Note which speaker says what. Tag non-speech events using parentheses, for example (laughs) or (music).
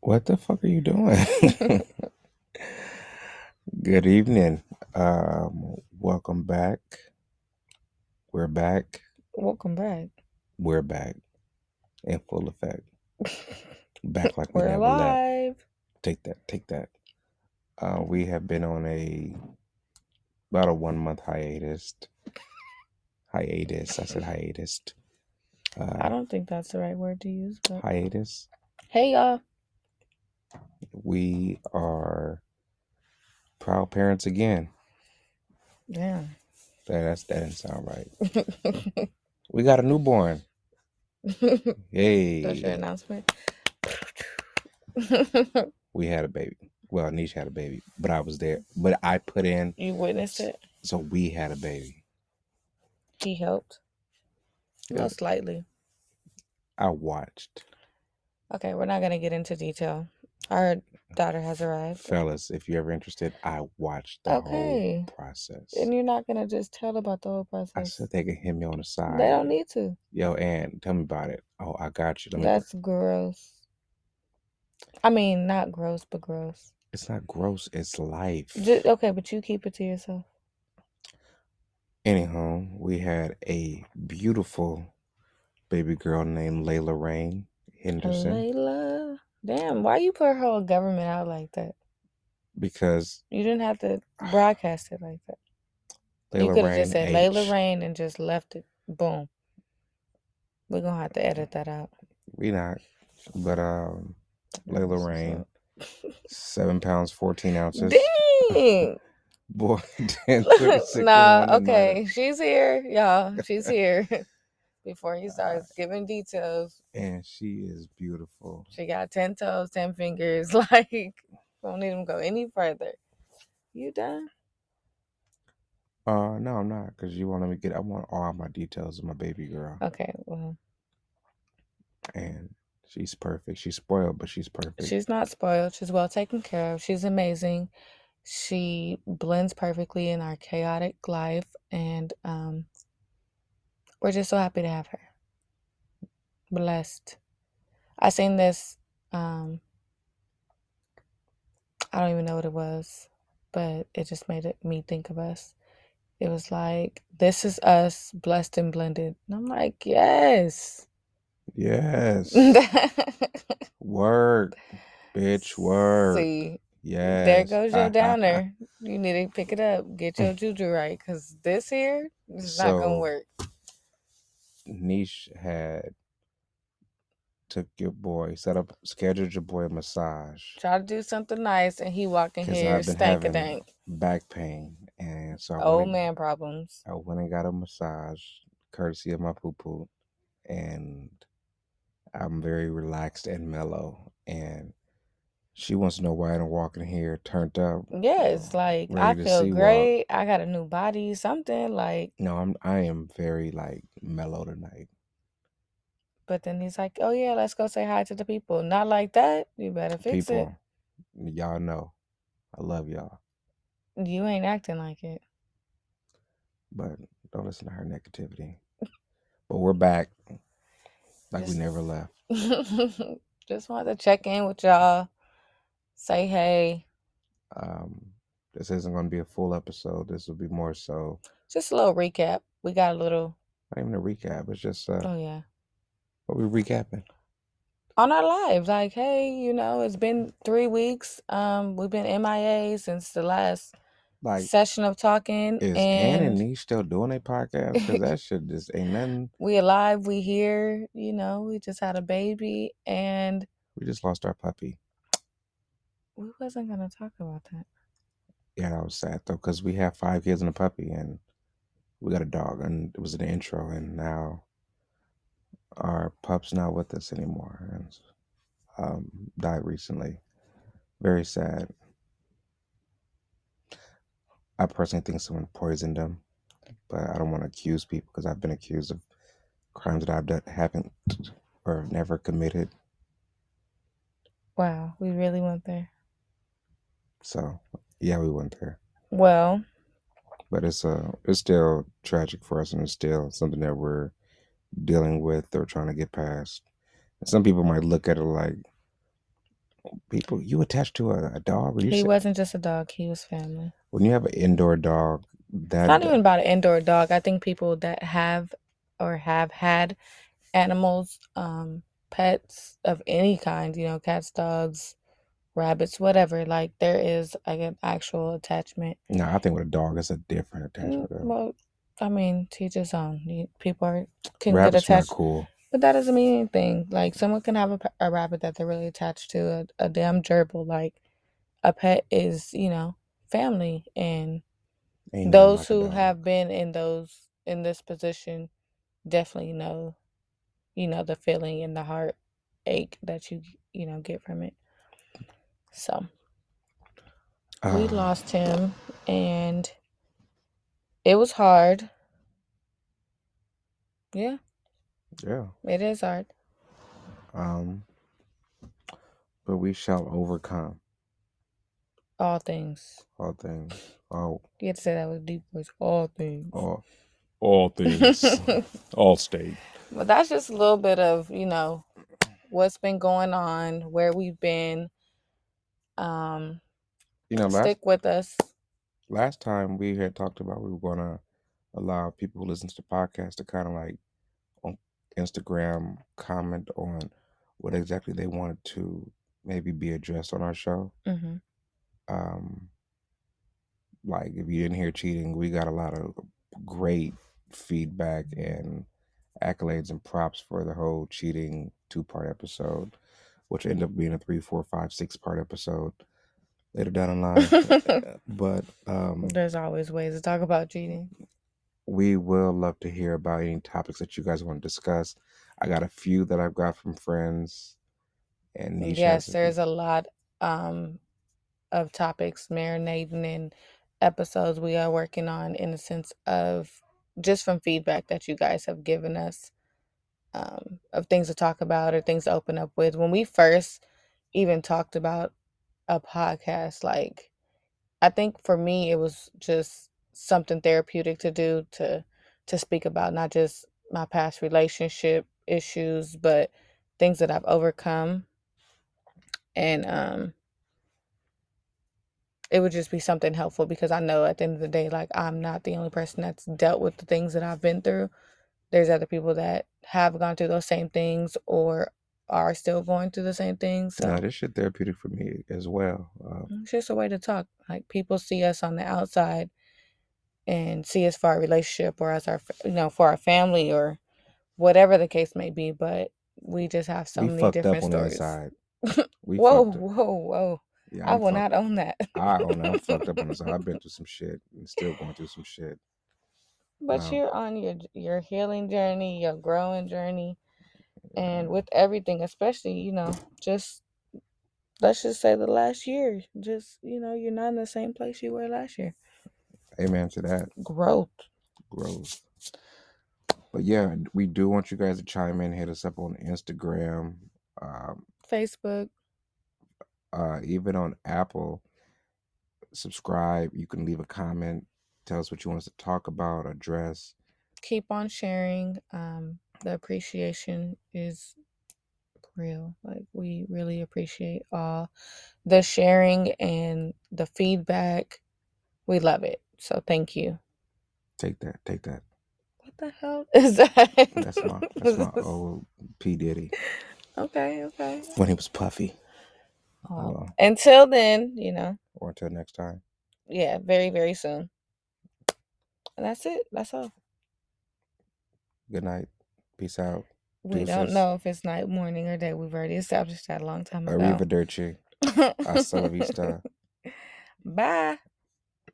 Speaker 1: What the fuck are you doing? (laughs) Good evening. Um, welcome back. We're back.
Speaker 2: Welcome back. (laughs)
Speaker 1: We're back in full effect. Back like we
Speaker 2: We're
Speaker 1: never left.
Speaker 2: alive.
Speaker 1: Take that. Take that. Uh, we have been on a about a one month hiatus. Hiatus. I said hiatus.
Speaker 2: I
Speaker 1: Uh,
Speaker 2: don't think that's the right word to use, but
Speaker 1: hiatus.
Speaker 2: hey y'all.
Speaker 1: We are proud parents again.
Speaker 2: Yeah.
Speaker 1: That that's, that didn't sound right. We got a newborn.
Speaker 2: that's your
Speaker 1: Hey,
Speaker 2: announcement. (laughs)
Speaker 1: we had a baby. Well, Nisha had a baby, but I was there. But I put in,
Speaker 2: you witnessed
Speaker 1: s-
Speaker 2: it.
Speaker 1: so we had a baby.
Speaker 2: He helped. No,
Speaker 1: Uh,
Speaker 2: slightly.
Speaker 1: I watched,
Speaker 2: Okay, we're not gonna get into detail. Our daughter has arrived.
Speaker 1: fellas. If you're ever interested, I watched the whole
Speaker 2: Okay.
Speaker 1: process.
Speaker 2: And you're not gonna just tell about the whole
Speaker 1: I
Speaker 2: process.
Speaker 1: said they could hit me on the
Speaker 2: They
Speaker 1: side.
Speaker 2: don't need to.
Speaker 1: Yo, Ann, tell me about it. Oh, I got you. Let me. br-
Speaker 2: That's gross. I mean, not gross, but gross.
Speaker 1: It's not gross. It's life.
Speaker 2: Just, okay, but you keep it to yourself.
Speaker 1: Anyhow, we had a beautiful baby girl named Layla Rain Henderson
Speaker 2: Layla. Damn, why you put her whole government out like that?
Speaker 1: because
Speaker 2: You didn't have to broadcast it like that. You
Speaker 1: Layla
Speaker 2: could have just
Speaker 1: Rain
Speaker 2: said Layla
Speaker 1: H.
Speaker 2: Rain and just left it. Boom. We're gonna have to edit that out.
Speaker 1: We not, but um,
Speaker 2: That was
Speaker 1: Layla
Speaker 2: what's
Speaker 1: Rain,
Speaker 2: up.
Speaker 1: seven pounds fourteen ounces.
Speaker 2: Dang.
Speaker 1: (laughs) Boy, (laughs)
Speaker 2: (laughs)
Speaker 1: ten thirty six and
Speaker 2: nah,
Speaker 1: one and nine.
Speaker 2: okay. She's here, y'all.
Speaker 1: (laughs)
Speaker 2: She's here. (laughs) Before
Speaker 1: Ah.
Speaker 2: he starts giving details,
Speaker 1: And she is beautiful.
Speaker 2: she got ten toes, ten fingers. (laughs) Like, don't need him to go any further. You done?
Speaker 1: Uh, no, I'm not, cause you won't let me get. I want all my details of my baby girl,
Speaker 2: Okay. Well,
Speaker 1: and she's perfect. She's spoiled, but she's perfect.
Speaker 2: She's not spoiled. She's well taken care of. She's amazing. She blends perfectly in our chaotic life, and um, we're just so happy to have her. Blessed. I seen this. Um, I don't even know what it was, but it just made it, me think of us. It was like, "This is us, blessed and blended," and I'm like, "Yes." (laughs)
Speaker 1: Yes, work, bitch, work.
Speaker 2: See, There
Speaker 1: Yes.
Speaker 2: goes your downer. You need to pick it up.
Speaker 1: (laughs)
Speaker 2: Get your juju right, cause this here is not gonna
Speaker 1: so
Speaker 2: work.
Speaker 1: niche had took your boy, set up, scheduled your boy a massage
Speaker 2: Try to do something nice, and he walk in
Speaker 1: because
Speaker 2: here
Speaker 1: I've been
Speaker 2: stank a
Speaker 1: having
Speaker 2: dank.
Speaker 1: back pain, and so I went
Speaker 2: Old
Speaker 1: and
Speaker 2: Oh, man problems.
Speaker 1: I went and got a massage, courtesy of my poo poo, and I'm very relaxed and mellow. And she wants to know why I don't walk in here turned up,
Speaker 2: Yeah, it's like I
Speaker 1: ready to
Speaker 2: feel
Speaker 1: see walk. Mm.
Speaker 2: great. I got a new body. Something like.
Speaker 1: No, I'm I am very like mellow tonight.
Speaker 2: But then he's like, "Oh yeah, let's go say hi to the people." Not like that. You better fix it.
Speaker 1: People, y'all know I love y'all,
Speaker 2: You ain't acting like it.
Speaker 1: but don't listen to her negativity. But we're back like we
Speaker 2: Just,
Speaker 1: never left.
Speaker 2: (laughs) just wanted to check in with y'all. Say hey.
Speaker 1: um this isn't going to be a full episode this will be more so
Speaker 2: Just a little recap. We got a little.
Speaker 1: not even a recap it's just uh
Speaker 2: Oh yeah.
Speaker 1: what we recapping
Speaker 2: on our lives like hey you know it's been three weeks um we've been mia since the last
Speaker 1: like
Speaker 2: session of talking
Speaker 1: is Ann and
Speaker 2: and
Speaker 1: Niche still doing a podcast (laughs) because that shit just ain't nothing
Speaker 2: we alive we here you know we just had a baby and
Speaker 1: we just lost our puppy
Speaker 2: we wasn't gonna talk about that
Speaker 1: yeah that was sad though because we have five kids and a puppy and we got a dog and it was an intro and now our pup's not with us anymore and um died recently very sad i personally think someone poisoned him but i don't want to accuse people because i've been accused of crimes that I've done haven't or never committed.
Speaker 2: wow we really went there
Speaker 1: So yeah, we went there,
Speaker 2: well
Speaker 1: but it's uh it's still tragic for us, and it's still something that we're dealing with or trying to get past. And some people might look at it like People, you attached to a, a dog? Were you
Speaker 2: He
Speaker 1: se-
Speaker 2: wasn't just a dog, he was family.
Speaker 1: when you have an indoor dog,
Speaker 2: It's
Speaker 1: that
Speaker 2: not even about an indoor dog. I think people that have or have had animals, um, pets of any kind, you know, cats, dogs, rabbits, whatever, like there is like an actual attachment.
Speaker 1: no, I think with a dog, it's a different attachment.
Speaker 2: Mm,
Speaker 1: though.
Speaker 2: Well, I mean, to each his own. You- People are, can get
Speaker 1: Rabbit's not
Speaker 2: attached,
Speaker 1: cool.
Speaker 2: but that doesn't mean anything. Like someone can have a, p- a rabbit that they're really attached to, a, a damn gerbil. Like a pet is, you know, family and
Speaker 1: Ain't nothing like
Speaker 2: those
Speaker 1: uh, a
Speaker 2: who
Speaker 1: dog.
Speaker 2: have been in those in this position definitely know you know the feeling and the heart ache that you you know get from it so we
Speaker 1: Um,
Speaker 2: lost him and it was hard yeah
Speaker 1: Yeah.
Speaker 2: it is hard
Speaker 1: Um, but we shall overcome
Speaker 2: all things
Speaker 1: all things. All,
Speaker 2: you had to say that with deep voice all things
Speaker 1: all, all
Speaker 2: (laughs)
Speaker 1: all state.
Speaker 2: Well, that's just a little bit of, you know, what's been going on, where we've been. Um,
Speaker 1: You know, last
Speaker 2: stick with us.
Speaker 1: last time we had talked about we were gonna allow people who listen to the podcast to kind of like on Instagram comment on what exactly they wanted to maybe be addressed on our show.
Speaker 2: hmm
Speaker 1: Um, like if you didn't hear cheating, we got a lot of great feedback and accolades and props for the whole cheating two part episode, which ended up being a three, four, five, six part episode later down in line. but um,
Speaker 2: There's always ways to talk about cheating.
Speaker 1: we will love to hear about any topics that you guys want to discuss. I got a few that I've got from friends and Nisha.
Speaker 2: Yes, there's a lot um, of topics marinating in episodes we are working on in the sense of just from feedback that you guys have given us um, of things to talk about or things to open up with. When we first even talked about a podcast, like I think for me it was just something therapeutic to do to to speak about not just my past relationship issues, but things that I've overcome and um it would just be something helpful because I know at the end of the day, like I'm not the only person that's dealt with the things that I've been through. There's other people that have gone through those same things or are still going through the same things. So
Speaker 1: Now, this shit therapeutic for me as well. Uh,
Speaker 2: it's just a way to talk. Like people see us on the outside and see us for our relationship or as our, fa- you know, for our family or whatever the case may be. But we just have so
Speaker 1: we
Speaker 2: many
Speaker 1: fucked
Speaker 2: different
Speaker 1: up on the
Speaker 2: stories.
Speaker 1: inside.
Speaker 2: (laughs)
Speaker 1: We
Speaker 2: Whoa,
Speaker 1: fucked up.
Speaker 2: whoa, whoa.
Speaker 1: Yeah,
Speaker 2: i
Speaker 1: I'm
Speaker 2: will
Speaker 1: fucked-
Speaker 2: not (laughs) own that.
Speaker 1: I don't know. I'm fucked up on
Speaker 2: (laughs)
Speaker 1: the side. I've been through some shit and still going through some shit.
Speaker 2: But
Speaker 1: Um,
Speaker 2: you're on your your healing journey, your growing journey, and with everything, especially you know, just let's just say the last year, just you know, you're not in the same place you were last year.
Speaker 1: Amen to that
Speaker 2: Growth.
Speaker 1: growth. But yeah, we do want you guys to chime in. Hit us up on Instagram, um,
Speaker 2: Facebook.
Speaker 1: uh, even on Apple. Subscribe. You can leave a comment. Tell us what you want us to talk about, address.
Speaker 2: Keep on sharing. Um, the appreciation is real. Like we really appreciate all the sharing and the feedback. We love it. So thank you.
Speaker 1: Take that. Take that.
Speaker 2: What the hell (laughs) is that?
Speaker 1: That's
Speaker 2: (laughs)
Speaker 1: my that's (laughs) my old P Diddy
Speaker 2: Okay, okay.
Speaker 1: when he was puffy.
Speaker 2: Well,
Speaker 1: Well,
Speaker 2: until then, you know,
Speaker 1: or until next time.
Speaker 2: yeah, very, very soon. And that's it. That's all.
Speaker 1: Good night. Peace out.
Speaker 2: We don't
Speaker 1: Deuces.
Speaker 2: know if it's night, morning, or day. We've already established that a long time ago. (laughs)
Speaker 1: Arrivederci. Hasta la vista.
Speaker 2: Bye.